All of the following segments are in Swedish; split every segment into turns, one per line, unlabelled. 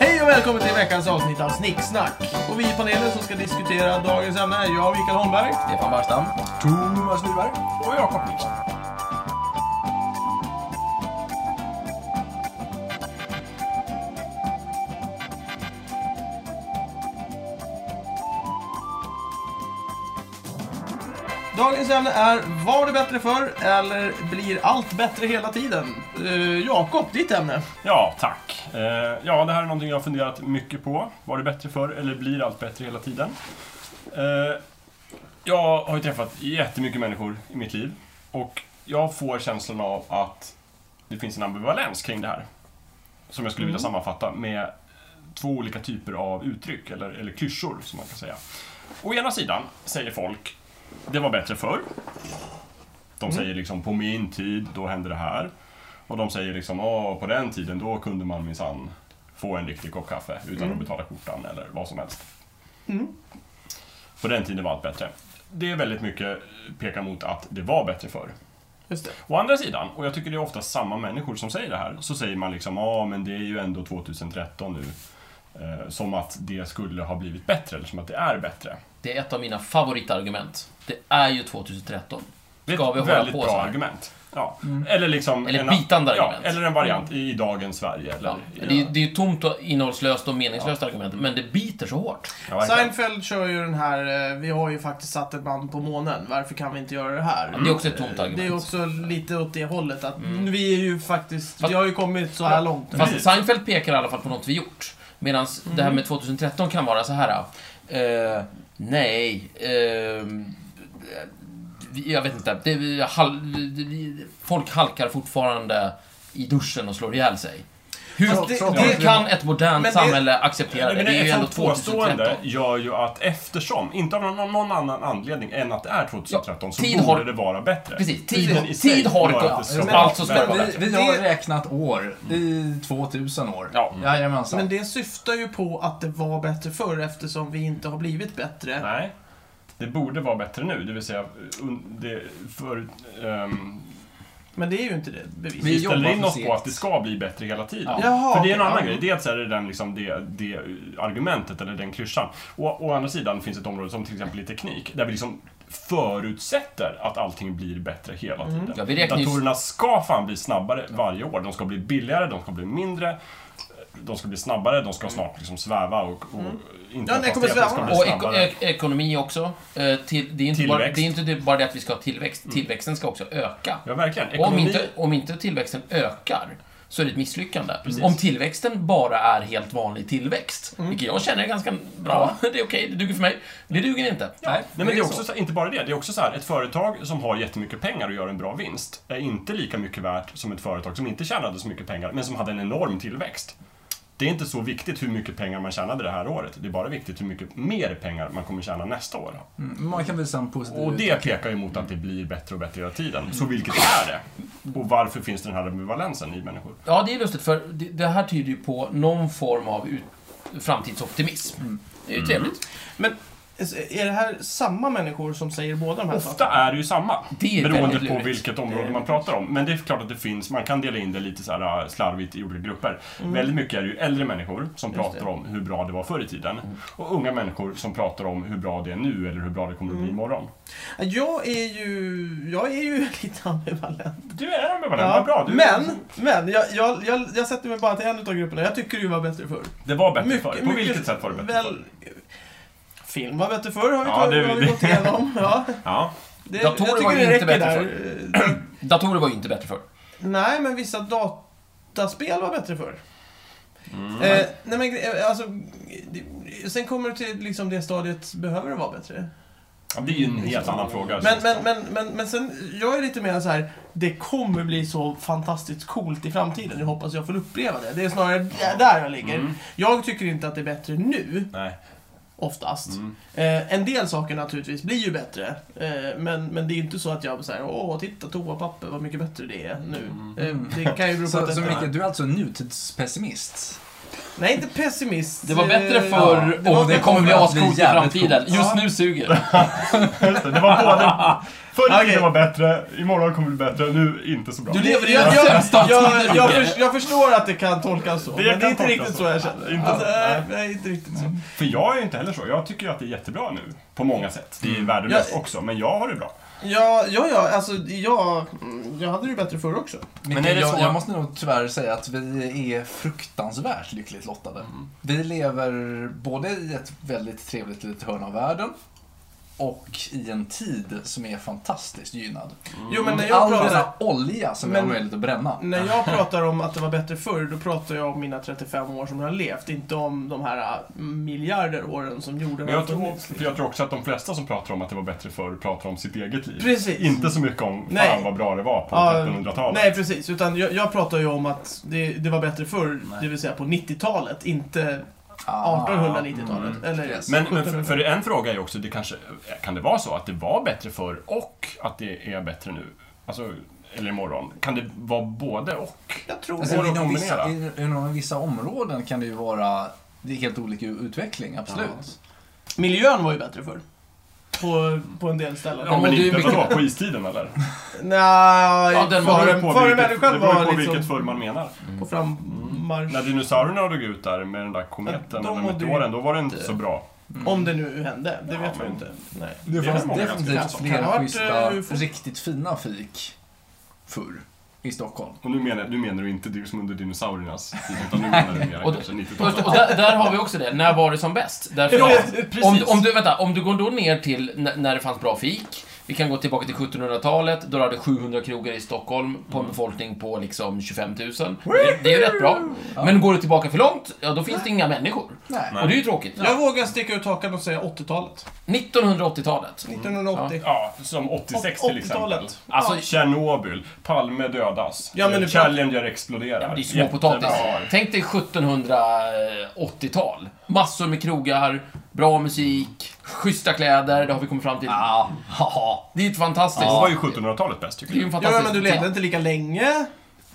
Hej och välkommen till veckans avsnitt av Snicksnack. Och vi i panelen som ska diskutera dagens ämne är jag, Mikael Holmberg.
Stefan Barstam.
Thomas Nyberg. Och Jakob Nilsson. Dagens ämne är Var det bättre förr eller blir allt bättre hela tiden? Eh, Jakob, ditt ämne.
Ja, tack. Eh, ja, det här är någonting jag har funderat mycket på. Var det bättre förr eller blir allt bättre hela tiden? Eh, jag har ju träffat jättemycket människor i mitt liv och jag får känslan av att det finns en ambivalens kring det här. Som jag skulle vilja sammanfatta med två olika typer av uttryck, eller, eller klyschor som man kan säga. Å ena sidan säger folk, det var bättre förr. De säger liksom, på min tid, då hände det här. Och de säger liksom, Åh, på den tiden då kunde man minsann få en riktig kopp kaffe utan
Mm.
att betala kortan eller vad som helst. På den tiden var allt bättre. Det är väldigt mycket pekar mot att det var bättre förr.
Just det.
Å andra sidan, och jag tycker det är ofta samma människor som säger det här, så säger man liksom ja men det är ju ändå 2013 nu. Eh, som att det skulle ha blivit bättre, eller som att det är bättre.
Det är ett av mina favoritargument. Det är ju 2013.
Det är
Ska vi
ett
hålla
väldigt
på
bra
så här? Mm.
argument. Ja. Eller liksom...
Eller ett bitande
ja,
argument. Mm.
Eller en variant i, i dagens Sverige. Eller,
Ja, det, är- det är ju tomt och innehållslöst och meningslöst argument, men det biter så hårt.
Ja, verkligen.
Seinfeld kör ju den här, eh, vi har ju faktiskt satt ett band på månen, varför kan vi inte göra det här?
Mm. Det är också ett tomt argument. Mm.
Det är också lite åt det hållet att vi är ju faktiskt, vi
Fast-
har ju kommit så här långt.
Fast
Precis.
Seinfeld pekar i alla fall på något vi gjort. Medan det här med 2013 kan vara så här. eh, nej. ehm, vi- jag vet inte. Det, vi- hal, vi- folk halkar fortfarande i duschen och slår ihjäl sig. Hur
Fast det-
hur
det-
kan ett modernt
men det-
samhälle acceptera
Nej,
det?
men
Det är ju
ett
ändå
sånt påstående
2013.
gör ju att eftersom, inte av någon, någon annan anledning än att det är 2013, så
tid
borde
har-
det vara bättre.
Precis, tid-
Tiden i sig
tid har
gör att
gått.
det ska
Men-
vara
alltså ska
bättre.
det vara
Vi, vi har
Det-
räknat år i 2000 år.
Ja.
Jajamensan.
Men det syftar ju på att det var bättre förr eftersom vi inte har blivit bättre.
Nej. Det borde vara bättre nu, det vill säga un- det, för, ehm,
Men det är ju inte det, bevisligen.
Vi
vi ställer
jobbar
in
för
oss på
segt.
att det ska bli bättre hela tiden.
Ja. Jaha,
för det är en
okej,
annan
ja.
grej. Dels är det den, liksom, det, det argumentet eller den klyschan. Och, å andra sidan finns ett område som till exempel i teknik, där vi liksom förutsätter att allting blir bättre hela tiden.
Mm. Ja, vi räknar ju-
Datorerna ska fan bli snabbare varje år. De ska bli billigare, de ska bli mindre, de ska bli snabbare, de ska snart liksom sväva och, och internethastigheten
kommer sväva.
ska bli
Mm. Och ek
snabbare.
ek ekonomi också. Eh, till, det, är inte bara,
Tillväxt.
det är inte bara det att vi ska ha tillväxt. Tillväxten ska också öka.
Ja, verkligen.
Om
Ekonomi...
inte, om inte tillväxten ökar så är det ett misslyckande. Om tillväxten bara är helt vanlig tillväxt, vilket jag känner är ganska bra, det är okej, det duger för mig. Det duger inte.
Nej,
Nej, men det är också
så.
så. inte bara det. Det är också så här, ett företag som har jättemycket pengar och gör en bra vinst är inte lika mycket värt som ett företag som inte tjänade så mycket pengar, men som hade en enorm tillväxt. Det är inte så viktigt hur mycket pengar man tjänade det här året. Det är bara viktigt hur mycket mer pengar man kommer tjäna nästa år.
Mm, Man kan visa en positiv
Och det pekar ju mot att det blir bättre och bättre hela tiden. Så vilket är det? Och varför finns den här ambivalensen i människor?
Ja, det är lustigt, för det, det här tyder ju på någon form av ut, framtidsoptimism. Det är ju trevligt.
Men alltså, är det här samma människor som säger båda de här
Ofta är det ju samma,
Det är
beroende
väldigt
på
lurigt.
vilket område man pratar om. Men det är klart att det finns, man kan dela in det lite så här äh, slarvigt i olika grupper.
Mm.
Väldigt mycket är det ju äldre människor som pratar om hur bra det var förr i tiden.
Mm.
Och unga människor som pratar om hur bra det är nu eller hur bra det kommer att
Mm.
bli imorgon.
Jag är ju, jag är ju lite ambivalent.
Du är ambivalent,
Ja.
vad bra. Du,
men, men, jag, jag, jag, jag sätter mig bara till en av grupperna. Jag tycker det var bättre förr.
Det var bättre
Mycket-
förr. På
mycket-
vilket sätt var det bättre förr?
väl, Film var bättre förr, har vi,
Ja,
tagit-
det-
har vi
det-
gått igenom. Ja,
Ja.
det,
Datorer
jag tycker
var ju
det
inte
räcker
bättre
där.
Datorer var ju inte bättre förr.
Nej, men vissa dataspel var bättre förr.
Mm.
Eh, nej men gre- eh, alltså, det- sen kommer du till liksom det stadiet, behöver det vara bättre?
Ja, Det är ju en helt annan fråga.
Men, men, men, men, men sen, jag är lite mer så här. det kommer bli så fantastiskt coolt i framtiden. Jag hoppas jag får uppleva det. Det är snarare där- där jag ligger.
Mm.
Jag tycker inte att det är bättre nu,
Mm. Nej. Mm.
oftast.
Mm.
Eh, en del saker naturligtvis blir ju bättre. Eh, men, men det är ju inte så att jag säger åh, titta toapapper, vad
Mm.
mycket bättre det är nu. Eh, det kan ju bero på
Så,
att
så
detta-
Micke, du är alltså nutidspessimist?
Nej, inte pessimist.
Det var bättre
Eh,
förr
det var
och det
bättre
kommer bli
förr.
ascoolt i
Det är jävligt
framtiden.
coolt.
Just
Ja.
nu suger det.
Just det, det var både... Förr i
Okej.
tiden var bättre, imorgon kommer det bli bättre, nu inte så bra.
Du lever i
Jag,
den
jag,
sämsta
jag, jag,
tiden.
förs- jag förstår att det kan tolkas så,
Det
men det är
kan
inte
tolkas
riktigt
så.
så jag känner.
Inte
alltså,
så, nej.
nej. nej, inte riktigt så.
För jag är ju inte heller så. Jag tycker ju att det är jättebra nu. På många sätt. Det är ju värdelöst
Jag-
också, men jag har det bra.
Ja, ja, ja, alltså jag, jag hade det ju bättre förr också.
Men
är det
jag,
så-
jag måste nog tyvärr säga att vi är fruktansvärt lyckligt lottade.
Mm.
Vi lever både i ett väldigt trevligt litet hörn av världen och i en tid som är fantastiskt gynnad.
Jo, men när jag
All
pratar...
denna olja som är
Men-
omöjligt att bränna.
Mm.
När jag pratar om att det var bättre förr, då pratar jag om mina 35 år som jag har levt, inte om de här äh, miljarder åren som jorden
Men
har
jag tror,
funnits.
för jag tror också att de flesta som pratar om att det var bättre förr pratar om sitt eget liv.
Precis.
Inte så mycket om fan
Nej.
vad bra det var på
Ja,
1300-talet.
Nej, precis. Utan jag, jag pratar ju om att det, det var bättre förr, det vill säga på 90-talet, inte
Ah,
1890-talet.
mm.
Eller
Yes.
Men, men för, för en fråga är ju också, det kanske, kan det vara så att det var bättre förr och att det är bättre nu? Alltså, eller imorgon. Kan det vara både och?
jag tror
Alltså,
Går det att
inom, vissa,
kombinera?
inom vissa områden kan det ju vara det är helt olika utveckling, absolut.
Miljön var ju bättre förr. På, på en del ställen.
Ja,
men
men
det är
inte
mycket-
vadå, på istiden eller?
Nej,
Ja, den var
före,
på
före
vilket-
människan
det beror
var
på
liksom
vilket förr man menar.
på frammarsch.
När dinosaurierna dog ut där med den där kometen
Ja, de
och
mådde ju
meteoren, då var det inte så bra.
Om det nu hände, det vet
men-
jag inte. Nej.
Det
fanns
fanns
många ganska
definitivt
bra.
Kan ha
flera
varit,
schyssta,
eh, UFO.
riktigt fina fik förr i Stockholm.
Och nu menar, nu menar du inte det som under dinosauriernas tid, utan nu menar du mer
Och-
kanske
Och,
90-talet.
och där, där har vi också det. När var det som bäst? Därför
Ja,
att-
precis.
om, om, du, vänta, om du går då ner till n- när det fanns bra fik. Vi kan gå tillbaka till 1700-talet. Då hade 700 krogar i Stockholm på
Mm.
en befolkning på liksom 25 000. Det, det är ju rätt bra. Men går du tillbaka för långt, ja då finns det inga människor.
Nej.
Och det är ju tråkigt.
Jag vågar sticka ut hakan och säga 80-talet.
1980-talet.
1980.
Mm. Ja, som 86 till exempel.
80-talet.
Alltså,
Tjernobyl, Palme dödas,
Ja, men nu-
Challenger exploderar.
Ja, men det är
Jättebra.
småpotatis. Tänk dig 1780-tal. Massor med krogar, bra musik, schyssta kläder, det har vi kommit fram till.
Ah, haha.
Det är ju ett fantastiskt.
Då var ju 1700-talet bäst tycker
Det är ju en
jag.
Ja,
fantastisk
men du levde inte lika länge.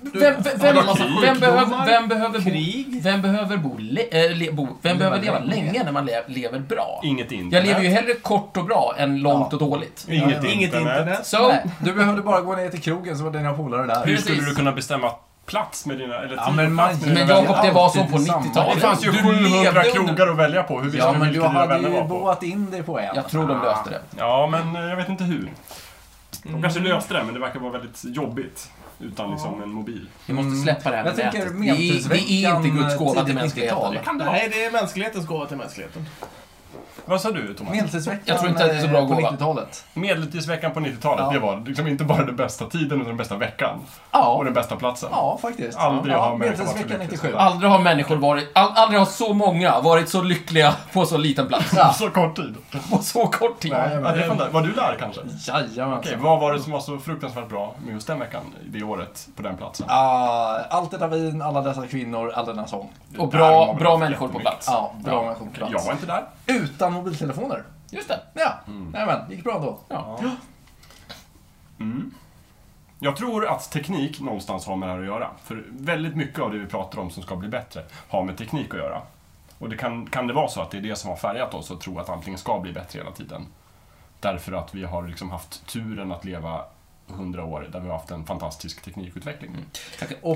Du,
Vem, vem, vem, alltså,
det var
vem,
krig.
behöver, vem behöver bo...
Krig.
Vem behöver bo... Le, eh, le, bo vem behöver leva länge när man le, lever bra?
Inget internet.
Jag lever ju hellre kort och bra än långt och dåligt.
Inget
Ja,
internet.
Inget internet.
Så,
Nej, du behövde bara gå ner till krogen så var dina polare där.
Hur
Precis.
skulle du kunna bestämma plats med dina, eller tid
Ja,
och
men
plats
man-
med dina
men
vänner?
Jakob, det var så på
Alltid samma.
90-talet.
Det fanns ju
Du
700
levde under-
krogar att välja på. Hur visste
Ja,
du
men
vilka
du
dina
hade
vänner
ju
var på?
boat in dig på en.
Jag tror de löste det.
Ja, men eh, jag vet inte hur. De kanske
Mm.
löste det, men det verkar vara väldigt jobbigt. Utan liksom en mobil.
Vi måste släppa det här med
Jag tänker
nätet. Det är, det är
Medeltidsveckan,
inte Guds gåva till
tidigt
mänskligheten.
90-tal.
Kan det vara?
Nej, det är mänsklighetens gåva till mänskligheten.
Vad sa du, Thomas?
Medeltidsveckan
Jag tror inte att det är så bra
eh, på
gåva.
90-talet.
Medeltidsveckan på 90-talet,
Ja.
det var liksom inte bara den bästa tiden, utan den bästa veckan. Och
Ja,
den bästa platsen.
ja faktiskt.
Aldrig har
ja,
människan varit så
Medeltidsveckan
lycklig.
97.
Aldrig har människor varit... All, aldrig har så många varit så lyckliga på så liten plats.
Ja.
Så kort tid.
På så kort tid.
Nej,
Ja, det är fan
men-
där. Var du där kanske? Okej,
Jajamensan.
vad var det som var så fruktansvärt bra med just den veckan, det året, på den platsen?
Ah, allt detta vin, alla dessa kvinnor, all denna sång.
Och
Där har
bra,
man
bra
haft
människor på
jättemycket.
plats.
Ja, bra med
Jag
konkurrens.
var inte där.
Utan mobiltelefoner.
Just det.
Ja, nämen, gick bra då.
Ja.
Jag tror att teknik någonstans har med det här att göra. För väldigt mycket av det vi pratar om som ska bli bättre har med teknik att göra. Och det kan, kan det vara så att det är det som har färgat oss och tro att allting ska bli bättre hela tiden. Därför att vi har liksom haft turen att leva hundra år där vi har haft en fantastisk teknikutveckling.
Och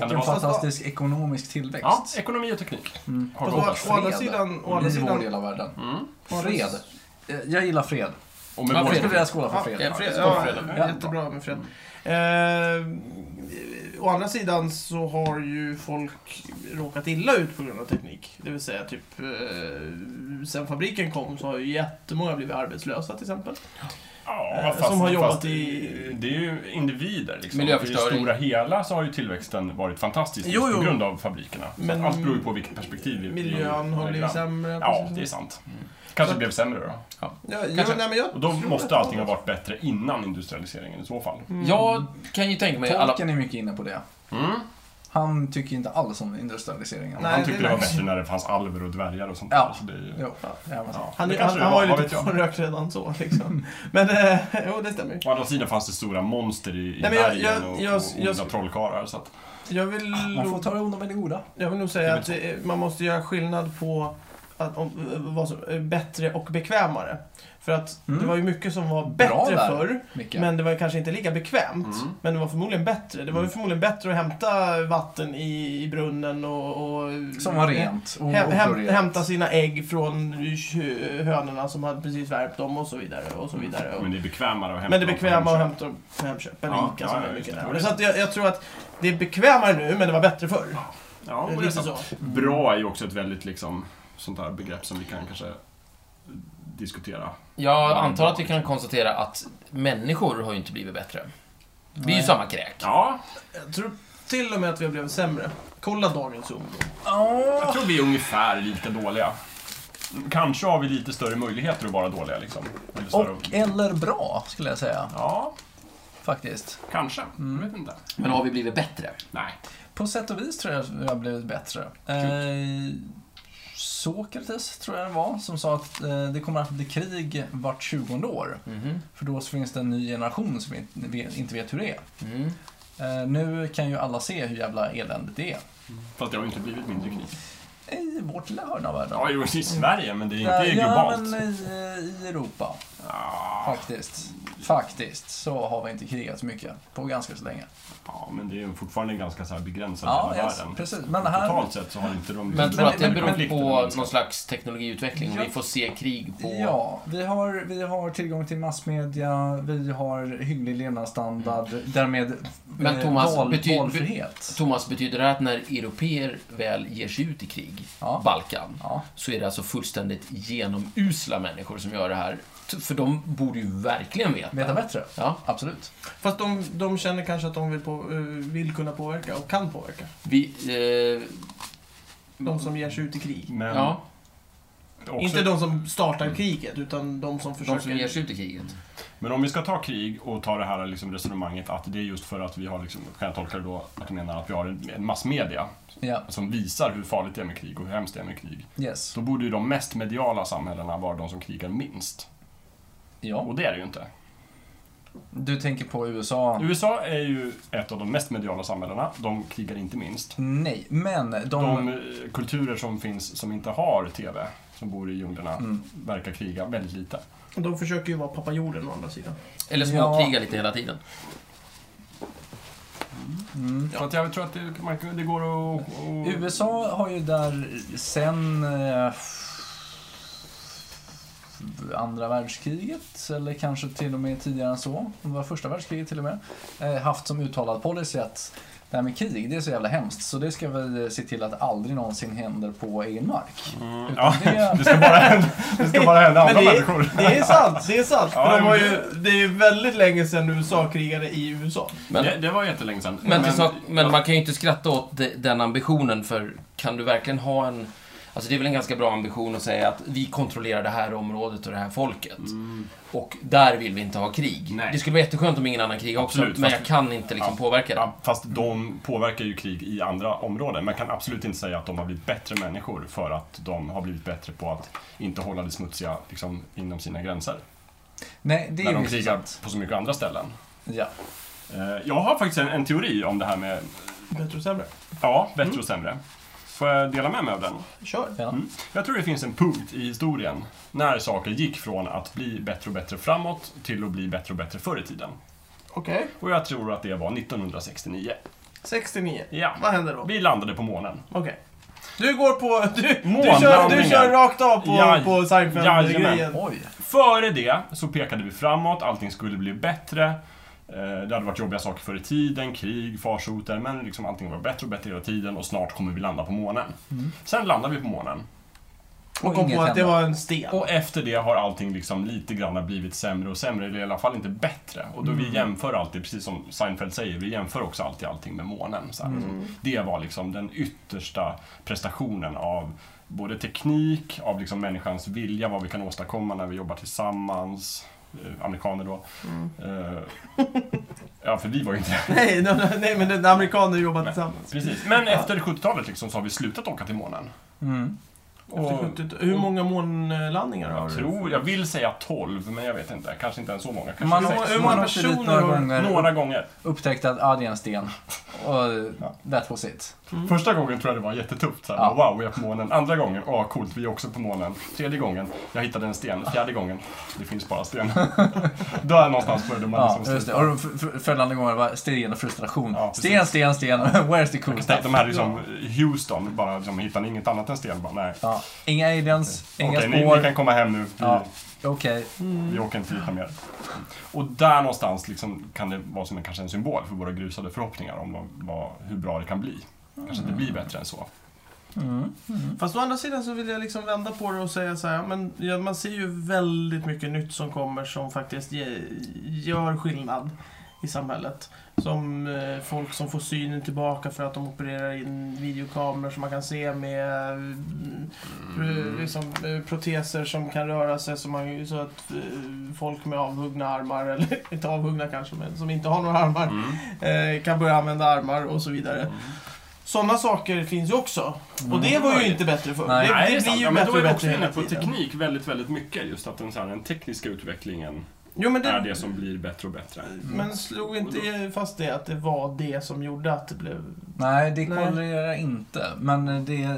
Kan det
en
vara-
fantastisk ekonomisk
Ja,
tillväxt.
ekonomi och teknik har
Fast
gått Mm.
å,
oss.
å andra sidan... Å andra
I vår
sidan Mm.
del av världen.
å andra
Fred.
sidan-
Eh, Jag gillar fred.
Och
Ja,
med vår
Jag
Fred.
skulle
teknik.
vilja skåla för
Ja,
fred.
ja, fred.
Ja,
Fred, eller?
ja, jättebra med Fred.
Mm.
Eh, å andra sidan så har ju folk råkat illa ut på grund av teknik. Det vill säga, typ, eh, sen fabriken kom så har ju jättemånga blivit arbetslösa till exempel.
Ja,
Eh, som har jobbat i-
Det är ju individer. Liksom. I det
Miljöförstöring.
stora hela så har ju tillväxten varit fantastisk
Jo,
just på
jo.
grund av fabrikerna. Så
Men-
allt beror ju på vilket perspektiv vi
Miljön har blivit sämre.
Ja, det är sant. Kanske
Så-
blev sämre då.
Ja, jo,
Kanske.
nej, men jag
Och då
tror
måste
att-
allting ha varit bättre
Mm.
Mm.
innan industrialiseringen i så fall.
Jag kan ju tänka mig alla...
Mm.
Tolken är mycket inne på det. Han tycker inte alls om industrialiseringen.
Nej,
Han tyckte
det
det
är
var
nice.
bättre när det fanns alver och dvärgar och sånt
Ja.
Så det är ju...
Jo, ja, men,
Ja,
Han,
det
är-
kanske
han,
det
han
var,
var ju
vad
lite
vet jag. Mm.
frånrökt redan så liksom. Men, eh, jo det stämmer ju.
Å andra sidan fanns det stora monster i, i
Nej, men jag-
bergen
jag-
och,
jag-
och
jag-
onda trollkarlar. Så att,
Jag
Ah,
vill,
Man får
nog-
ta det onda med det goda.
jag vill nog säga att eh, man måste göra skillnad på att, om, vad som, eh, bättre och bekvämare. För att
Mm.
det var ju mycket som var
Bra
bättre
där.
förr,
Micke.
men det var ju kanske inte lika bekvämt.
Mm.
Men det var förmodligen bättre. Det var ju förmodligen bättre att hämta vatten i, i brunnen och... och
som var rent och
Häm, häm,
oflorerat.
hämta sina ägg från kö- hönorna som hade precis värpt dem och så vidare. Och så vidare. Och,
Mm. Men det är bekvämare att hämta
men det är
dem från
bekväma att
Hemköp.
hämta dem på Hemköp eller
Ja,
Ica
ja,
som är
ja, just
mycket
det.
närmare. Så att jag, jag tror att det är bekvämare nu, men det var bättre förr.
Ja, men det är
Lite
sant.
så.
Mm.
Bra är ju också ett väldigt liksom, sånt här begrepp som vi kan kanske diskutera.
Jag antar att vi kan konstatera att människor har ju inte blivit bättre. Vi är ju samma kräk.
Ja,
Jag tror till och med att vi har blivit sämre. Kolla dagens ungdom.
jag tror vi är ungefär lika dåliga. Kanske har vi lite större möjligheter att vara dåliga liksom. Eller större-
Och eller bra, skulle jag säga.
Ja,
Faktiskt.
kanske.
Mm.
Jag vet inte.
Men har vi blivit bättre?
Nej.
På sätt och vis tror jag att vi har blivit bättre. Eh, Sokrates tror jag det var, som sa att eh, det kommer att bli krig vart 20 år.
Mhm.
För då så finns det en ny generation som inte vet, inte vet hur det är.
Mm.
Eh, nu kan ju alla se hur jävla eländigt det är.
Fast det har ju inte blivit mindre krig.
I vårt lilla hörn av världen.
Ja, jo, i Sverige, men det är
Mm. Ja,
inte
ja,
globalt.
men i, eh, i Europa.
Ja,
Faktiskt. Faktiskt så har vi inte krigat så mycket på ganska så länge.
ja, men det är ju fortfarande en ganska så här begränsad
Ja,
del av
yes,
världen.
precis. Men här-
Totalt sett så har inte de... liksom
Men tror du att det
men-
beror
konflikterna
på
minskat.
någon slags teknologiutveckling?
Ja.
Vi får se krig på...
Ja, vi har, vi har tillgång till massmedia, vi har hygglig levnadsstandard, därmed
Mm.
eh,
Men Thomas,
val,
betyder-
valfrihet.
Thomas, betyder det här att när europeer väl ger sig ut i krig,
Ja.
Balkan,
Ja.
så är det alltså fullständigt genomusla människor som gör det här? T- För de borde ju verkligen veta.
Veta bättre?
Ja,
Absolut.
Fast de, de känner kanske att de vill, på, eh, vill kunna påverka och kan påverka.
vi... Eh,
De som ger sig ut i krig.
Men
Ja,
Mm. också Mm.
Inte de som startar kriget, utan de som försöker...
de som ger sig ut i kriget.
Men om vi ska ta krig och ta det här liksom resonemanget att det är just för att vi har, liksom, kan jag tolka det då, att du menar att vi har en en massmedia
Ja,
som visar hur farligt det är med krig och hur hemskt det är med krig.
yes.
Så borde ju de mest mediala samhällena vara de som krigar minst.
Ja.
Och det är det ju inte.
Du tänker på USA?
USA är ju ett av de mest mediala samhällena, de krigar inte minst.
Nej, men de...
De eh, kulturer som finns som inte har TV, som bor i djunglerna,
Mm.
verkar kriga väldigt lite.
De försöker ju vara pappa jorden å andra sidan.
Eller småkriga lite hela tiden.
Mm.
Så att jag tror att det, man, kan- det går att... att-
USA har ju där sen eh, andra världskriget, eller kanske till och med tidigare än så, om det var första världskriget till och med, eh, haft som uttalad policy att det här med krig, det är så jävla hemskt, så det ska vi eh, se till att aldrig någonsin händer på egen mark.
Mm,
Utan
ja,
det-
det ska bara hända, det ska bara hända andra
Men det,
människor.
är- det är sant, det är sant.
Ja,
För de
men
var
det-
ju, det är ju väldigt länge sedan USA krigade i USA.
Men,
det, det var jättelänge sedan.
Men, till sak, men man kan ju inte skratta åt de- den ambitionen, för kan du verkligen ha en... Alltså det är väl en ganska bra ambition att säga att vi kontrollerar det här området och det här folket.
Mm,
Och där vill vi inte ha krig.
Nej.
Det skulle vara jätteskönt om ingen annan krig också,
Absolut,
men
fast-
jag kan inte liksom
Ja.
påverka det.
ja, fast de påverkar ju krig i andra områden. Man kan absolut inte säga att de har blivit bättre människor för att de har blivit bättre på att inte hålla det smutsiga liksom, inom sina gränser.
Nej, det
När
är
de
ju
krigar
sant.
på så mycket andra ställen.
Ja.
Eh, Jag har faktiskt en, en teori om det här med
Bättre och sämre.
ja,
Mm.
bättre och sämre. Får jag dela med mig av den?
Kör.
Ja.
Mm. Jag tror det finns en punkt i historien när saker gick från att bli bättre och bättre framåt till att bli bättre och bättre förr i tiden.
Okej.
Och jag tror att det var 1969.
69.
Ja.
Vad händer då? Okej.
Vi landade på månen.
Du går på... Du, du, kör,
Månlandningen.
du kör rakt av på,
Jaj-
på Seinfeld-grejen.
Jajamän.
Oj.
Före det så pekade vi framåt, allting skulle bli bättre. Eh, Det hade varit jobbiga saker förr i tiden, krig, farsoter, men liksom allting var bättre och bättre hela tiden och snart kommer vi landa på månen. Sen landar vi på månen.
Och kom
inget
på att det
hände.
var en sten.
Och efter det har allting liksom lite grann blivit sämre och sämre, eller i alla fall inte bättre. Och då vi jämför alltid, precis som Seinfeld säger, vi jämför också alltid allting med månen. Så här.
Mm.
Det var liksom den yttersta prestationen av både teknik, av liksom människans vilja, vad vi kan åstadkomma när vi jobbar tillsammans eh, amerikaner då. Eh, ja, för vi var ju inte det.
Nej, no, no, nej men den- amerikaner jobbar
Nej.
tillsammans.
Precis. Men efter 70-talet liksom så har vi slutat åka till månen.
Mm.
Efter
Och
70 Hur många månlandningar har
jag
du?
tror, jag vill säga 12, men jag vet inte. Kanske inte ens så många. Kanske
Man
har-
sex.
hur
har,
många
man har åkt dit
personer har-
några gånger och
Några gånger.
upptäckt att ah, det är en sten. Och eh, that was it.
Första gången tror jag det var jättetufft. Så här,
Ja.
Wow, vi är på månen. Andra gången, åh coolt, vi är också på månen. Tredje gången, jag hittade en sten. Fjärde gången, det finns bara sten. Där någonstans började man
Ja,
liksom
just det.
sluta.
Och de f- f- följande gånger var sten och frustration.
Ja, precis.
sten, sten, sten. Where's the cool
Tänk,
stuff?
de här liksom, Houston, bara liksom, hittar ni inget annat än sten? Bara, nej.
Ja. Inga aliens, inga
Okej, ni,
spår.
ni kan komma hem nu. Vi,
Ja. Okej.
Mm.
vi åker inte hit mer. Och där någonstans liksom, kan det vara som en, kanske en symbol för våra grusade förhoppningar om vad, vad, hur bra det kan bli. Kanske inte blir bättre än så.
Mm.
Fast å andra sidan så vill jag liksom vända på det och säga så här, ja, men ja, man ser ju väldigt mycket nytt som kommer som faktiskt ge, gör skillnad i samhället. Som eh, folk som får synen tillbaka för att de opererar in videokameror som man kan se med mm, pro- liksom, eh, proteser som kan röra sig så, man, så att eh, folk med avhuggna armar, eller inte avhuggna kanske, men som inte har några armar
Mm.
eh, kan börja använda armar och så vidare. Sådana saker finns ju också. Och det var ju inte bättre förr.
Nej.
Det,
Mm. Nej, det, är
det blir
sant.
ju
Ja, men
bättre
då är
och
vi
bättre
också inne
hela
på
tiden.
teknik väldigt, väldigt mycket. Just att den, så här, den tekniska utvecklingen
Jo, men,
är
det,
det som Mm. blir bättre och bättre.
men slog inte fast det att det var det som gjorde att det blev...
Nej, det
Nej.
korrelerar inte. Men eh, det,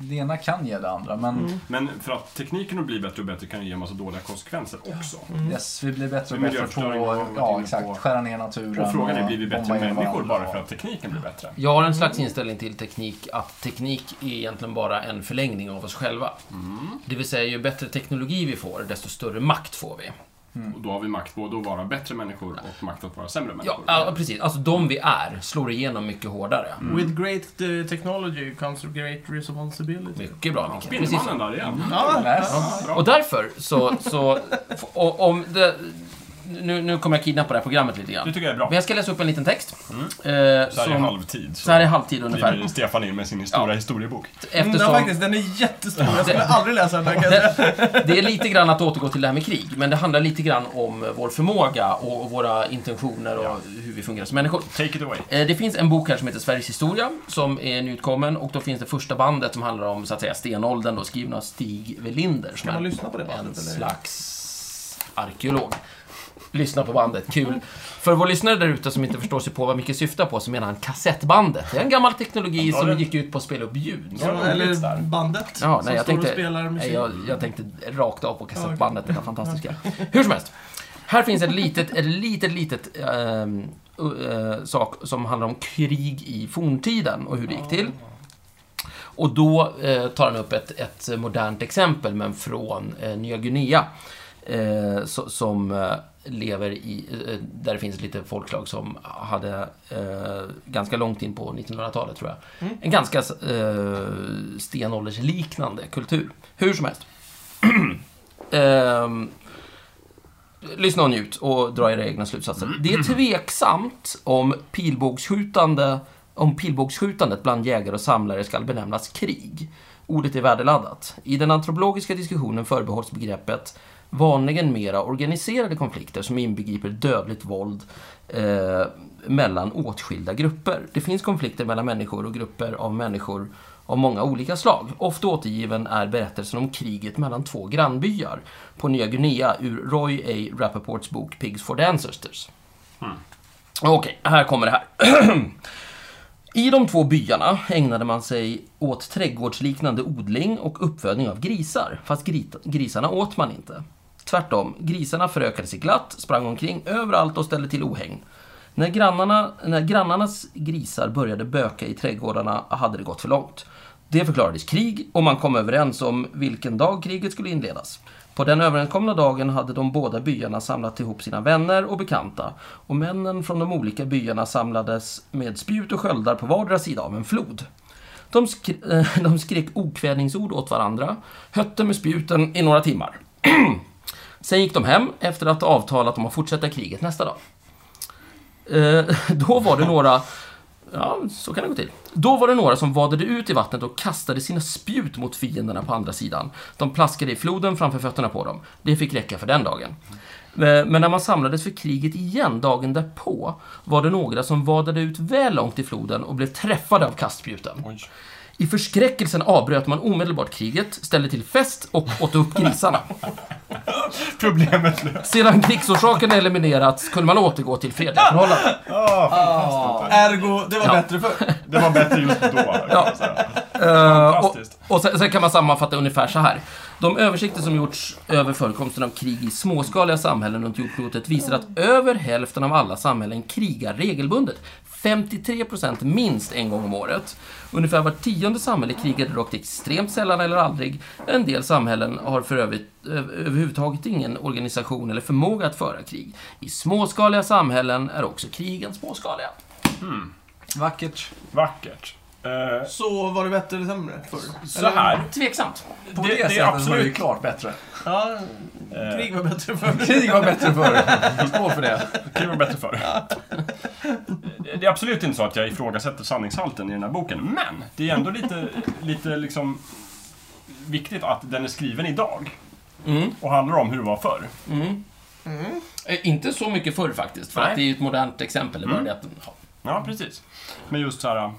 det ena kan ge det andra. Men
Mm.
Men för att tekniken att bli bättre och bättre kan ju ge en massa dåliga konsekvenser också.
Mm.
yes, vi blir bättre och
Men
bättre på
miljöförstöring har vi varit inne
ja,
på.
exakt, skära ner naturen.
Och frågan är,
och
blir vi bättre
bomba in
människor
varandra.
bara för att tekniken blir bättre?
Jag har en slags inställning till teknik att teknik är egentligen bara en förlängning av oss själva.
Mm.
Det vill säga, ju bättre teknologi vi får, desto större makt får vi.
Och då har vi makt både att vara bättre människor och makt att vara sämre
Ja,
människor.
ja, precis. Alltså, de vi är slår igenom mycket hårdare.
Mm.
With great eh, technology comes great responsibility.
Mycket bra, Micke. Precis.
Spindelmannen där igen.
Ja,
Yes.
Och därför så... så f- o- om det, nu, nu kommer jag kidnappa det här programmet lite
Det
grann.
tycker jag är bra.
Men jag ska läsa upp en liten text.
Mm.
Eh,
Så här i
som,
halvtid så
så här i halvtid
kliver
ungefär.
Stefan in med sin stora historiebok.
mm, den,
Eftersom
faktiskt, den är jättestor. Jag skulle aldrig läsa den. här, kan jag säga.
det, det är lite grann att återgå till det här med krig, men det handlar lite grann om vår förmåga och våra intentioner och hur vi fungerar som människor.
Take it away.
Eh, Det finns en bok här som heter Sveriges historia, som är nyutkommen, och då finns det första bandet som handlar om, så att säga, stenåldern, då, skriven av Stig Welinder. Som
Kan man
är
lyssna på det
en
bandet? eller?
slags arkeolog. Lyssna på bandet, kul. För vår lyssnare där ute som inte förstår sig på vad Micke syftar på, så menar han kassettbandet. Det är en gammal teknologi
Ja,
som
det-
gick ut på att spela upp ljud.
Ja, det är roligt där.
Eller bandet
Ja, nej,
som
jag
står
tänkte-
och spelar musik.
Nej, jag, jag tänkte rakt av på kassettbandet, det där fantastiska. Hur som helst. Här finns ett litet, ett litet, litet ehm, u- eh, sak som handlar om krig i forntiden och hur det gick till. Och då eh, tar han upp ett, ett modernt exempel, men från eh, Nya Guinea. Eh, so, som eh, lever i, eh, där det finns lite folkslag som hade, eh, ganska långt in på 1900-talet tror jag, en ganska eh, stenåldersliknande kultur. Hur som helst. Ehm, lyssna och njut och dra era egna slutsatser. Det är tveksamt om pilbågsskjutande om pilbågsskjutandet bland jägare och samlare ska benämnas krig. Ordet är värdeladdat. I den antropologiska diskussionen förbehålls begreppet vanligen mera organiserade konflikter som inbegriper dödligt våld eh, mellan åtskilda grupper. Det finns konflikter mellan människor och grupper av människor av många olika slag. Ofta återgiven är berättelsen om kriget mellan två grannbyar på Nya Guinea ur Roy A. Rappaports bok Pigs for the Ancestors. Okej, här kommer det här. I de två byarna ägnade man sig åt trädgårdsliknande odling och uppfödning av grisar, fast grit- grisarna åt man inte. Tvärtom, grisarna förökade sig glatt, sprang omkring överallt och ställde till ohägn. När, grannarna, när grannarnas grisar började böka i trädgårdarna hade det gått för långt. Det förklarades krig och man kom överens om vilken dag kriget skulle inledas. På den överenskomna dagen hade de båda byarna samlat ihop sina vänner och bekanta och männen från de olika byarna samlades med spjut och sköldar på vardera sida av en flod. De, skri- eh, de skrek okvädningsord åt varandra, hötte med spjuten i några timmar. Sen gick de hem efter att ha avtalat om att fortsätta kriget nästa dag. Eh, då var det några Ja, så kan det gå till. Då var det några som vadade ut i vattnet och kastade sina spjut mot fienderna på andra sidan. De plaskade i floden framför fötterna på dem. Det fick räcka för den dagen. Eh, Men när man samlades för kriget igen dagen därpå var det några som vadade ut väl långt i floden och blev träffade av kastspjuten.
Oj.
I förskräckelsen avbröt man omedelbart kriget, ställde till fest och åt upp grisarna.
Problemet löst.
Sedan krigsorsaken eliminerats kunde man återgå till fredliga förhållanden.
Ah, fantastiskt.
Ergo, det var
Ja.
bättre förr.
Det var bättre just då. kan jag säga.
Eh, och
Fantastiskt.
och sen, sen kan man sammanfatta ungefär så här. De översikter som gjorts över förekomsten av krig i småskaliga samhällen runt jordklotet visar att över hälften av alla samhällen krigar regelbundet. 53% minst en gång om året. Ungefär vart tionde samhälle krigade dock extremt sällan eller aldrig. En del samhällen har för övrigt över- överhuvudtaget ingen organisation eller förmåga att föra krig. I småskaliga samhällen är också krigen småskaliga.
Vackert.
Vackert. Eh,
Så var det bättre eller sämre förr?
så här.
Tveksamt.
På
Det-
det,
det är
sättet var det ju
absolut-
klart bättre.
Ja,
Eh,
krig var bättre förr.
Krig var bättre förr. Skål för det.
Det var bättre förr. Det- Det är absolut inte så att jag ifrågasätter sanningshalten i den här boken, men det är ändå lite, lite liksom viktigt att den är skriven idag
Mm.
och handlar om hur det var förr.
Mm. Eh, Inte så mycket förr faktiskt, för
Nej. Mm.
att det är ju ett modernt exempel. Det är bara det att, ja,
Ja, precis. Men just så här,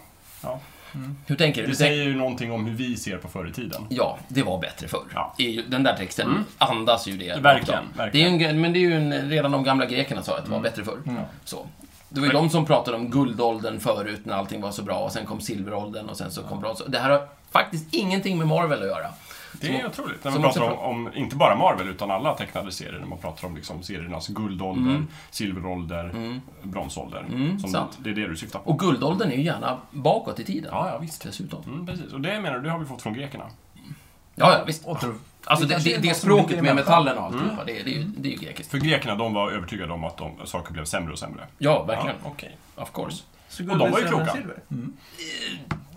hur tänker du? du
det
tänker,
säger ju någonting om hur vi ser på förr i tiden.
ja, det var bättre förr.
Ja. Mm.
Det är ju- Den där texten andas ju det.
Verkligen, Mm.
rakt av. Det är
verkligen.
ju en, men det är ju en, redan de gamla grekerna sa att det var bättre förr. Så. Det var ju de som pratade om guldåldern förut när allting var så bra och sen kom silveråldern och sen så kom brons. Det här har faktiskt ingenting med Marvel att göra.
Det är otroligt. När
som
man pratar
också-
om, om, inte bara Marvel, utan alla tecknade serier. När man pratar om liksom seriernas guldålder, silverålder, bronsålder. som
Mm. sant.
det är det du syftar på.
Och guldåldern är ju gärna bakåt i tiden.
Ja, ja, visst.
Dessutom.
Mm, precis. Och det menar du, det har vi fått från grekerna.
Ja, ja, visst.
Åter...
Alltså det,
kanske
det,
är
det
något som ligger
språket
i
med
människan.
metallen och
Mm.
alltihopa, det, det, är ju- det är ju grekiskt.
För grekerna, de var övertygade om att de, saker blev sämre och sämre.
Ja, verkligen.
Ja, okej.
Of course.
Så
Och de var ju
guld är sämre än
kloka.
silver.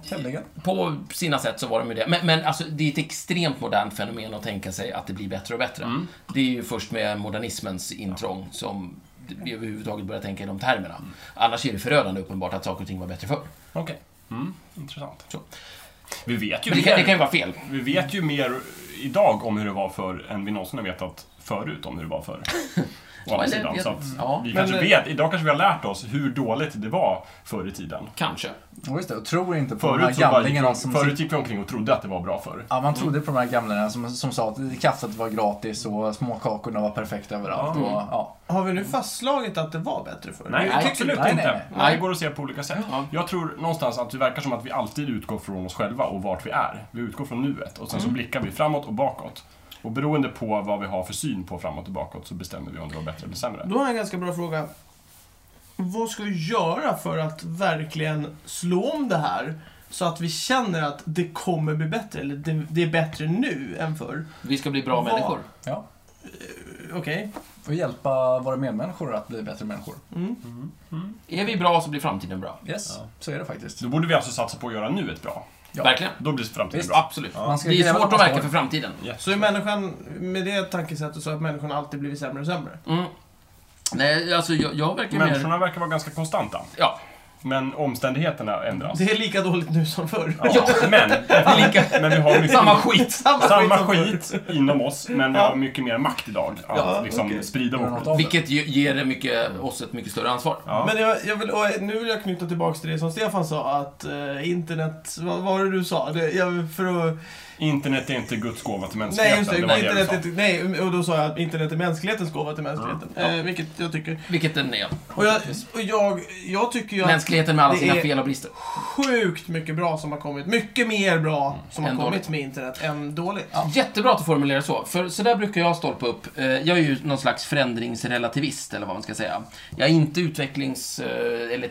Tämligen.
På sina sätt så var de ju det. Men, men alltså, det är ett extremt modernt fenomen att tänka sig att det blir bättre och bättre. Det är ju först med modernismens intrång som vi överhuvudtaget börjar tänka i de termerna. Annars är det förödande uppenbart att saker och ting var bättre förr.
Okej. Mm, intressant.
Så.
Vi vet ju
Men det kan, det kan ju
mer,
vara fel.
vi vet ju mer idag om hur det var förr än vi någonsin har vetat förut om hur det var förr. Å andra
eller
sidan.
vet-
Så att
ja.
vi
Men-
kanske vet, idag kanske vi har lärt oss hur dåligt det var förr i tiden.
Kanske.
Och just det, och tror inte på
Förut,
de
så
här
bara gick,
gamlingarna
vi-
som...
förut gick vi omkring och trodde att det var bra förr.
Ja, man trodde på de här gamlingarna som, som sa att kaffet var gratis och småkakorna var perfekta överallt. Och, ja.
Har vi nu fastslagit att det var bättre förr?
Nej,
Jag tycker-
absolut
nej,
inte.
nej, nej.
Men Det går att se på olika sätt.
Ja.
Jag tror någonstans att det verkar som att vi alltid utgår från oss själva och vart vi är. Vi utgår från nuet och sen
Mm.
så blickar vi framåt och bakåt. Och beroende på vad vi har för syn på framåt och bakåt så bestämmer vi om det var bättre eller sämre.
Då har jag en ganska bra fråga. Vad ska vi göra för att verkligen slå om det här? Så att vi känner att det kommer bli bättre, eller det, det är bättre nu än förr.
Vi ska bli bra
Vad?
människor.
ja.
Okej,
Och hjälpa våra medmänniskor att bli bättre människor.
Är vi bra så blir framtiden bra.
Yes, så är det faktiskt.
Då borde vi alltså satsa på att göra nuet bra.
Ja.
Verkligen.
Då blir framtiden
Visst.
bra.
Absolut.
Man ska
Det är
gräva
svårt att
någonstans.
verka för framtiden.
så är människan, med det tankesättet så har människan alltid blivit sämre och sämre.
Mm. Nej, alltså jag, jag verkar mer...
Människorna verkar vara ganska konstanta,
Ja,
men omständigheterna ändras.
Det är lika dåligt nu som förr.
Ja, men, men vi har mycket
samma skit.
Samma,
samma
som förr.
skit inom oss, men vi
Ja.
har mycket mer makt idag att
Ja,
liksom
okej.
sprida vår
Göra något
skit.
av det.
Vilket ju- ger det mycket, oss ett mycket större ansvar.
Ja.
Men jag, jag vill, och nu vill jag knyta tillbaka till det som Stefan sa, att eh, internet, vad vad var det du sa? Det, jag, för att,
Internet är inte Guds gåva till
nej,
mänskligheten.
just det,
det var
internet,
det
är- nej, och då sa jag att internet är mänsklighetens gåva till mänskligheten. Eh, vilket jag tycker.
Vilket den är.
Och jag, och jag, jag tycker ju att
Mänskligheten med alla
det
sina
är-
fel och brister.
sjukt mycket bra som har kommit. Mycket mer bra som har
Mm. Än
kommit
dåligt.
med internet än dåligt.
Jättebra att du formulerar så, för så där brukar jag stolpa upp. Eh, Jag är ju någon slags förändringsrelativist, eller vad man ska säga. Jag är inte utvecklings eh, eller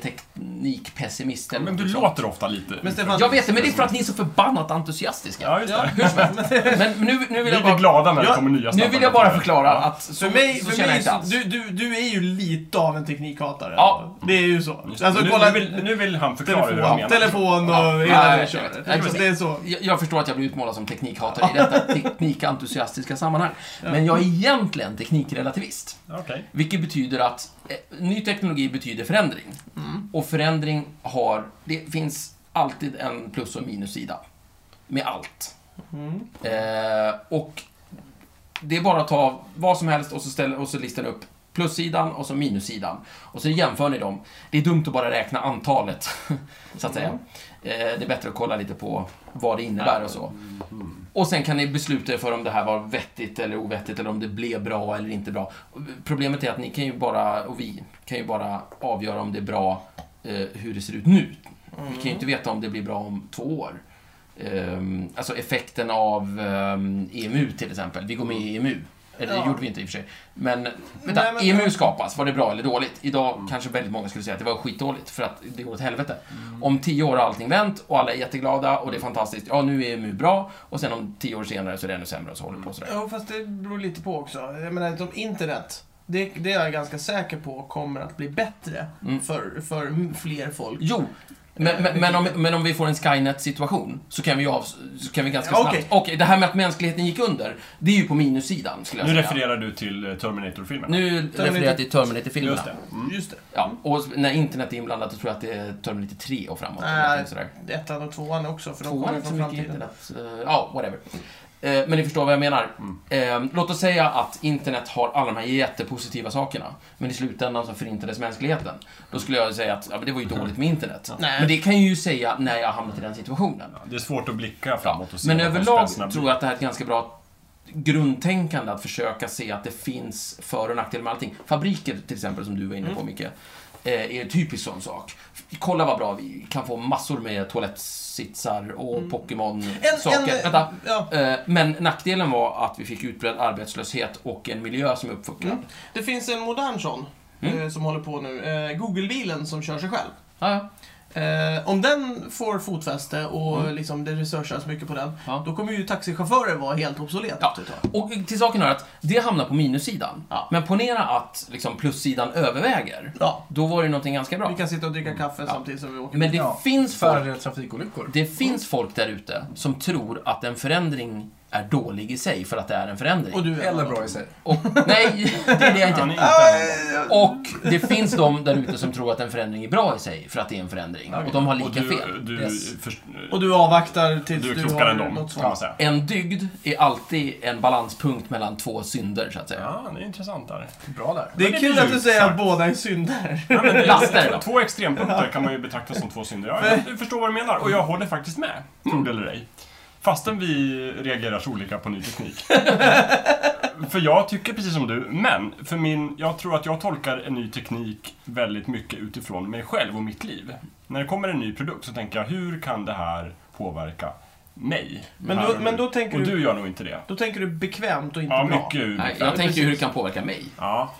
teknikpessimist. Eller
Men
något
du
sånt.
låter ofta lite...
Men Stefan-
Jag vet det, men det är för att ni är så förbannat entusiastiska.
Ja, just det.
Hur som helst. Men nu, nu,
Vi
vill jag
blir
bara,
glada när det
Ja,
kommer
nu
nya snabba
vill jag bara
datorn.
förklara
Ja.
att så,
För mig,
så
för
känner jag
mig
inte
så,
alls.
du, du, du är ju lite av en teknikhatare.
Ja.
Det är ju så.
Just det.
Alltså
Men nu-
kolla kolla-
nu, vill, nu vill han förklara hur han
Telefon,
menar.
telefon och
Ja.
hela det
Nej,
köret.
nej,
Liksom, Det är så.
Jag, jag förstår att jag blir utmålad som teknikhatare i detta teknikentusiastiska sammanhang. Men jag är egentligen teknikrelativist.
Okej.
Vilket betyder att eh, ny teknologi betyder förändring. Och förändring har... Det finns alltid en plus och minussida. Med allt.
Mm.
Eh, och det är bara att ta vad som helst och så, ställer, och så listar ni upp plussidan och så minussidan. Och så jämför ni dem. Det är dumt att bara räkna antalet, så att säga. Eh, det är bättre att kolla lite på vad det innebär och så. Och sen kan ni besluta er för om det här var vettigt eller ovettigt eller om det blev bra eller inte bra. Problemet är att ni kan ju bara, och vi, kan ju bara avgöra om det är bra eh, hur det ser ut nu. Vi kan ju inte veta om det blir bra om två år. Ehm, alltså effekten av ehm, EMU till exempel. Vi går med i EMU. Eller det
Ja.
gjorde vi inte i och för sig. Men, vänta, E
Nej, men-
EMU skapas. Var det bra eller dåligt? Idag kanske väldigt många skulle säga att det var skitdåligt för att det går åt helvete. Om tio år har allting vänt och alla är jätteglada och det är fantastiskt. Ja, nu är EMU bra och sen om tio år senare så är det ännu sämre och så håller det på sådär.
Ja, fast det beror lite på också. Jag menar, som internet, det, det är jag ganska säker på kommer att bli bättre
Mm.
för, för fler folk.
Jo, men, men, men, om, men om vi får en Skynet-situation så kan vi ju av, så kan vi ganska
Ja,
snabbt... Okej,
okej.
det här med att mänskligheten gick under, det är ju på minussidan skulle jag
Nu
säga.
refererar du till eh, Terminator-filmen.
Nu refererar jag till Terminator-filmerna.
Just det. Mm.
Just det.
Ja, och när internet är inblandat så tror jag att det är Terminator 3 och framåt. eller
Nej.
någonting sådär.
Ettan och tvåan också, för de
Tvåan är
kommer
inte så
från
mycket
framtiden.
internet. Eh, Ja, whatever. Eh, Men ni förstår vad jag menar. Eh, Låt oss säga att internet har alla de här jättepositiva sakerna, men i slutändan så förintades mänskligheten. Då skulle jag säga att ja, men det var ju dåligt med internet.
Nej.
Men det kan jag ju säga när jag hamnat i den situationen.
Det är svårt att blicka framåt och se
Men
vad
överlag
konsekvenserna
tror jag att det här är ett ganska bra grundtänkande att försöka se att det finns för och nackdelar med allting. Fabriker till exempel, som du var
Mm.
inne på Micke, eh, är typiskt sån sak. Kolla vad bra vi kan få massor med toalettsitsar och
Mm.
Pokémon-saker. Vänta.
ja,
Eh, Men nackdelen var att vi fick utbredd arbetslöshet och en miljö som är uppfuckad.
Mm. det finns en modern sån
Mm.
eh, som håller på nu. Eh, Google-bilen som kör sig själv.
Ja, ja.
Eh, om den får fotfäste och liksom, det researchas mycket på den,
Mm. Ja.
då kommer ju taxichaufförer vara helt obsoleta. typ.
Ja.
efter ett tag.
Och till saken hör att det hamnar på minussidan.
Ja.
Men ponera att liksom, plussidan överväger.
Ja.
Då var det någonting ganska bra.
Vi kan sitta och
Mm.
dricka kaffe samtidigt som vi åker
Men det
Ja.
finns folk
Färre trafikolyckor.
Det finns folk där ute som tror att en förändring är dålig i sig för att det är en förändring.
Och du är
Eller bra i sig.
Och, nej, det är det jag
blir. Han är
inte.
inte en av dem.
Och det finns de där ute som tror att en förändring är bra i sig för att det är en förändring. Och de har
Och
lika
du,
fel.
du,
Yes.
först-
Och du avvaktar tills
du
du,
är
har
klokare än dem,
något
kan man
svar.
säga.
En dygd är alltid en balanspunkt mellan två synder, så att säga.
Ja, det är intressant där.
Bra där.
Det
Men
är
det
kul
blir
att du
ju
säger att
exakt.
båda är syndare.
Ja, men det-
Laster då.
Två extrempunkter kan man ju betrakta som två synder. Ja, jag jag förstår vad du menar och jag håller faktiskt med, tror
Mm.
det eller ej. Fastän vi reagerar så olika på ny teknik. för jag tycker precis som du, men för min, jag tror att jag tolkar en ny teknik väldigt mycket utifrån mig själv och mitt liv. När det kommer en ny produkt så tänker jag, hur kan det här påverka mig?
Men
Här
då-
och nu.
men då tänker
och
du-
du gör nog inte det.
Då tänker du bekvämt och inte
Ja,
bra.
mycket ur
Nej,
mitt
jag
liv.
tänker ju hur det kan påverka mig.
Ja,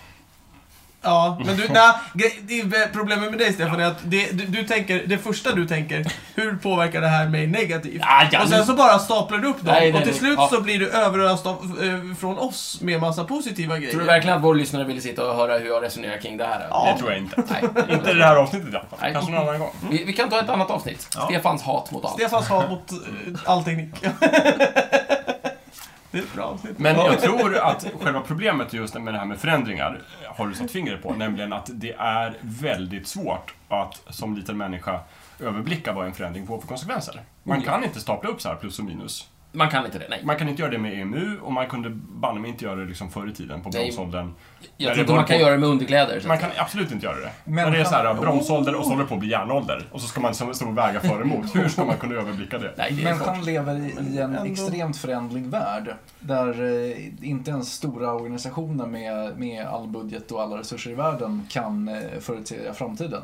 Ja, men du, nej, gre- det är problemet med dig Stefan är att det, du, du tänker, det första du tänker, hur påverkar det här mig negativt?
Ja, ja,
och sen
nu-
så bara staplar du upp dem
Nej, nej,
och till
nej.
slut
Ja.
så blir du överöst av, eh, från oss med massa positiva grejer.
Tror du verkligen att vår lyssnare vill sitta och höra hur jag resonerar kring det här?
Ja.
det tror jag inte.
Nej.
Inte i det här avsnittet i alla fall.
Nej.
Kanske någon annan gång.
Vi, vi kan ta ett annat avsnitt.
Ja.
Stefans hat mot allt.
Stefans hat mot eh, all teknik. det är ett bra avsnitt.
Men jag tror att själva problemet just med det här med förändringar har du satt fingret på, nämligen att det är väldigt svårt att som liten människa överblicka vad en förändring får för konsekvenser. Man
Oh
Mm.
ja.
kan inte stapla upp så här plus och minus.
Man kan inte det, nej.
Man kan inte göra det med EMU och man kunde banne mig inte göra det liksom förr i tiden på
Nej.
bronsåldern.
Jag
det
tror inte
beror
man kan
på-
göra det med underkläder. Så
Man
att
kan
säga.
absolut inte göra det.
Men
Men det är
kan-
så här bronsålder och så håller det på att bli järnålder. Och så ska man liksom stå och väga för och emot. Hur ska man kunna överblicka det?
Nej, det är svårt.
Människan lever i, i en
ändå.
extremt förändlig värld där eh, inte ens stora organisationer med, med all budget och alla resurser i världen kan eh, förutse framtiden.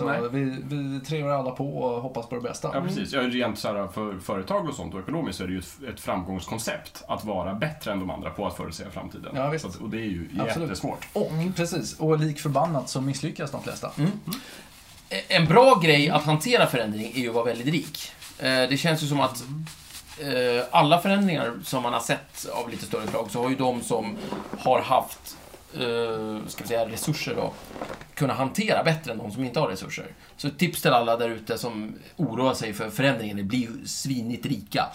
Nej.
Så vi, vi trevar alla på och hoppas på det bästa.
Ja, precis. Ja, rent så här, för företag och sånt och ekonomiskt så är det ju ett, ett framgångskoncept att vara bättre än de andra på att förutsäga framtiden.
Ja, visst.
Så att, och det är ju
Mm. Absolut.
jättesvårt.
Och precis, och lik förbannat så misslyckas de flesta.
Eh, En bra grej att hantera förändring är ju att vara väldigt rik. Eh, Det känns ju som att eh, alla förändringar som man har sett av lite större slag så har ju de som har haft eh, ska vi säga, resurser då, kunna hantera bättre än de som inte har resurser. Så ett tips till alla där ute som oroar sig för förändringen är bli svinigt rika.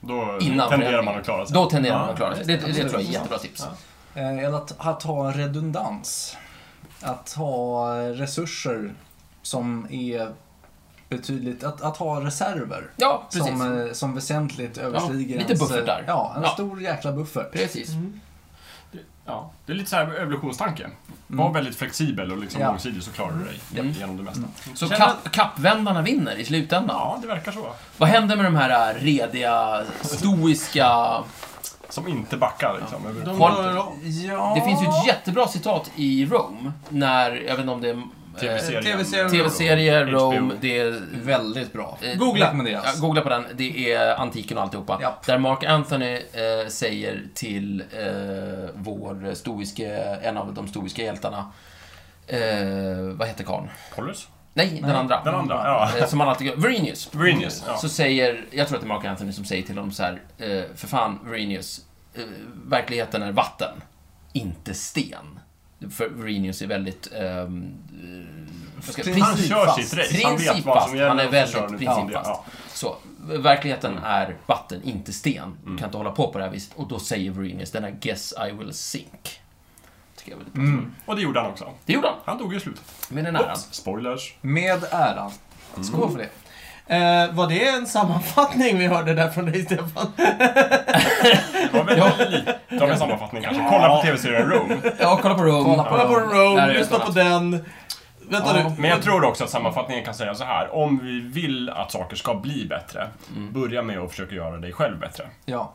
Då
Innan
tenderar
förändringen.
man att klara sig.
Då tenderar
Ja,
man att klara sig. Det, det, tror jag är
absolut.
ett jättebra tips.
Eh, Eller att, att ha en redundans. Att ha resurser som är betydligt... Att, att ha reserver.
Ja, precis.
Som, eh, som väsentligt överstiger eh,
lite buffertar.
Ja, en
Ja.
stor jäkla buffert.
Precis.
Mm.
Ja, det är lite så här med evolutionstanke. Var
Mm.
väldigt flexibel och liksom
Ja.
mångsidig så klarar du dig
Mm.
genom det mesta.
Så
Känner-
kapp, kappvändarna vinner i slutändan.
Ja, det verkar så.
Vad händer med de här eh, rediga, stoiska...
Som inte backar liksom. över-
De
Har-
rör av.
Ja.
Det finns ju ett jättebra citat i Rome, när, jag vet inte om det är... eh,
TV-serien.
TV-serien.
TV-serier,
HBO.
Rome, det är...
Väldigt bra.
eh,
Googla.
Ja,
Rekommenderas.
googla på den, det är antiken och alltihopa.
Ja.
Där Mark Anthony eh, säger till eh, vår stoiske, en av de stoiska hjältarna, eh, vad heter karln?
Paulus?
Nej, den andra.
Den andra, ja.
Eh, som han alltid gör, Verenius.
Verenius, ja.
Så säger, jag tror att det är Mark Anthony som säger till honom så här, eh, för fan Verenius, eh, verkligheten är vatten, inte sten. För Verenius är väldigt... ehm, Eh, vad ska jag-
Han
Han
princip-
kör
Principfast.
sitt race. Han vet vad
principfast.
som gäller.
Han är
och så
väldigt
kör han utifrån det.
principfast.
Ja. Mm.
Så, verkligheten är vatten, inte sten. Du kan inte hålla på på det här viset. Och då säger Verenius denna Guess I will sink. Tycker jag är väldigt bra.
Och det gjorde han också.
Det gjorde han,
Han dog ju i slutet.
med den äran.
Oops, Spoilers.
Med äran. Skål för det.
Eh, var det en sammanfattning vi hörde där från dig, Stefan?
Det var väldigt likt. Det var en sammanfattning kanske. Kolla på TV-serien Rome.
Ja, kolla på Rome.
Kolla
Kolla på
Där är
Rome,
det
lyssna
sådant.
på den. Vänta
Ja,
nu.
Men jag tror också att sammanfattningen kan säga så här. Om vi vill att saker ska bli bättre,
Mm.
börja med att försöka göra dig själv bättre.
Ja.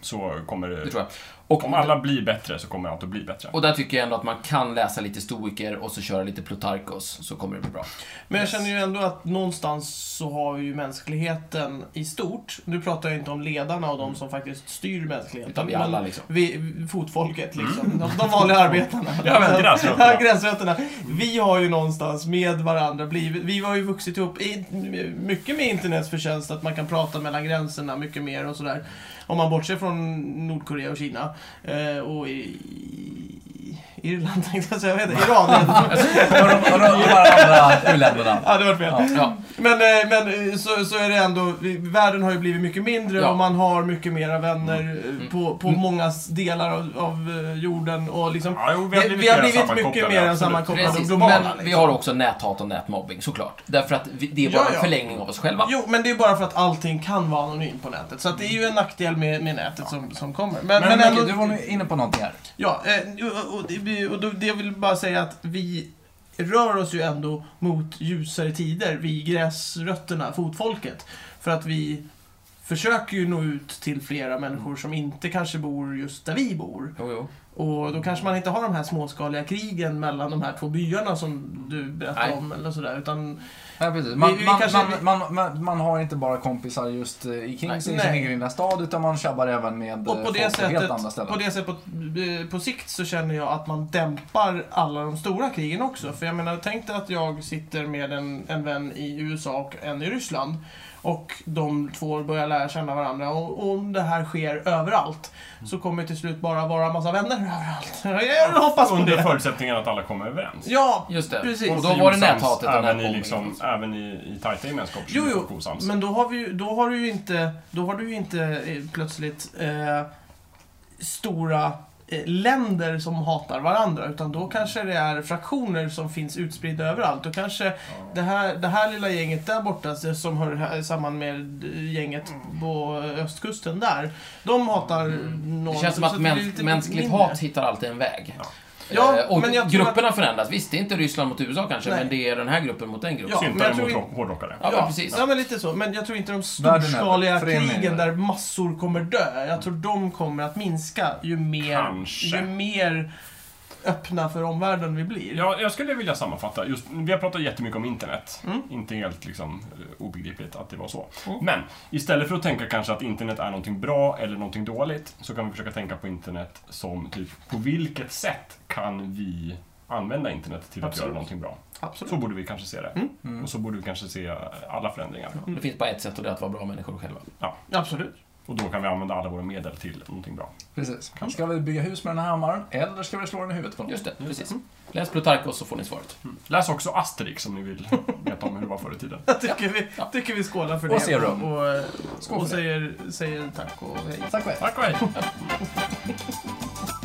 Så kommer det...
Mm, Det tror jag. Och,
Om alla blir bättre så kommer allt att bli bättre.
och där tycker jag ändå att man kan läsa lite stoiker och så köra lite Plutarkos, så kommer det bli bra.
Men jag känner ju ändå att någonstans så har ju mänskligheten i stort, nu pratar jag inte om ledarna och de som faktiskt styr mänskligheten.
Mm. Utan vi alla
men
liksom. Mm.
Vi, fotfolket liksom, de, de vanliga arbetarna.
Ja, men gräsrötterna.
Ja, gräsrötterna. Vi har ju någonstans med varandra blivit, vi har ju vuxit ihop, i, mycket med internets förtjänst, att man kan prata mellan gränserna mycket mer och sådär. Om man bortser från Nordkorea och Kina. Eh, och i, i Irland tänkte jag säga, vad heter det? Iran heter det.
Och de, och de, och de andra u-länderna.
Ja, det var fel.
Ja,
Men, eh, men eh, så, så är det ändå, vi- världen har ju blivit mycket mindre
Ja.
och man har mycket mera vänner eh, på, på många s- delar av, av eh, jorden och liksom
Ja, jo, vi har
vi,
blivit,
vi har
mer
blivit
sammankopplade,
mycket mer än
absolut.
sammankopplade och
precis.
globala.
Men
liksom.
vi har också näthat och nätmobbing, såklart. Därför att vi, det är bara
Ja, ja.
en förlängning av oss själva.
Jo, men det är bara för att allting kan vara anonymt på nätet. Så att det är ju en nackdel med, med nätet som, som kommer. Men,
Men,
men,
Men
ändå,
Micke, du var nu inne på någonting här.
Ja, eh, och, och, det blir- och då, det jag vill bara säga att vi rör oss ju ändå mot ljusare tider, vi gräsrötterna, fotfolket. För att vi försöker ju nå ut till flera människor som inte kanske bor just där vi bor.
Jo, jo.
Och då kanske man inte har de här småskaliga krigen mellan de här två byarna som du berättade
Nej.
om eller sådär. Utan,
Ja, precis. Man,
Vi- vi
man,
kanske-
man, man, man, man har inte bara kompisar just eh, i Kings i
Nej.
sin
Nej.
egen lilla stad utan man tjabbar även med eh,
och på det
folk på helt
sättet,
andra ställen.
på, det sättet på, eh, på sikt så känner jag att man dämpar alla de stora krigen också. För jag menar, tänk dig att jag sitter med en, en vän i USA och en i Ryssland. Och de två börjar lära känna varandra. Och, och om det här sker överallt så kommer det till slut bara vara en massa vänner överallt. Jag hoppas på
Under
det.
förutsättningen att alla kommer överens.
Ja,
Just det.
Precis.
Och
Och
då var det
osams
näthatet och
även i,
nätmobbing.
liksom, även i, i tajta gemenskaper så
Jo,
blir
jo,
folk osams.
Men då har, vi, ju- då har du ju inte, då har du ju inte eh, plötsligt eh, stora eh, länder som hatar varandra. Utan då kanske det är fraktioner som finns utspridda överallt. Då kanske det, här, det här lilla gänget där borta eh, som hör här- samman med eh, gänget på östkusten där. de hatar någon.
Det känns som
Så
att
blir
mäns-
lite
mänskligt
mindre.
hat hittar alltid en väg.
Ja.
Ja,
Eh, och
men jag tror
grupperna förändras. Visst, det är inte Ryssland mot USA kanske,
Nej.
men det är den här gruppen mot den gruppen.
Ja, men
Syntare
jag tror
mot
vi-
rock- hårdrockare.
Ja, men
Ja,
precis.
ja, men lite så. Men jag tror inte de
Världen
storskaliga
över, föreningen
krigen
över.
där massor kommer dö. Jag tror de kommer att minska ju mer,
Kanske.
ju mer öppna för omvärlden vi blir.
Ja, jag skulle vilja sammanfatta. Just, vi har pratat jättemycket om internet.
Mm.
Inte helt liksom, eh, obegripligt att det var så. Men istället för att tänka kanske att internet är någonting bra eller någonting dåligt så kan vi försöka tänka på internet som typ, på vilket sätt kan vi använda internet till att
Absolut.
göra någonting bra?
Absolut. Mm.
Så borde vi kanske se det. Och så borde vi kanske se alla förändringar.
Det finns bara ett sätt och det är att vara bra människor själva.
Absolut.
Och då kan vi använda alla våra medel till någonting bra.
Precis. Ska vi bygga hus med den här hammaren eller ska vi slå den i huvudet på någon?
Just det, precis.
Mm.
Läs Plutarkos så får ni svaret.
Läs också Asterix om ni vill veta om hur det var förr i tiden.
Jag tycker, vi, tycker vi skålar för
Och
det.
ser dem.
Och, eh,
Skål
och
för det.
säger, säger tack och hej.
Tack och hej.
Tack och hej!
Tack.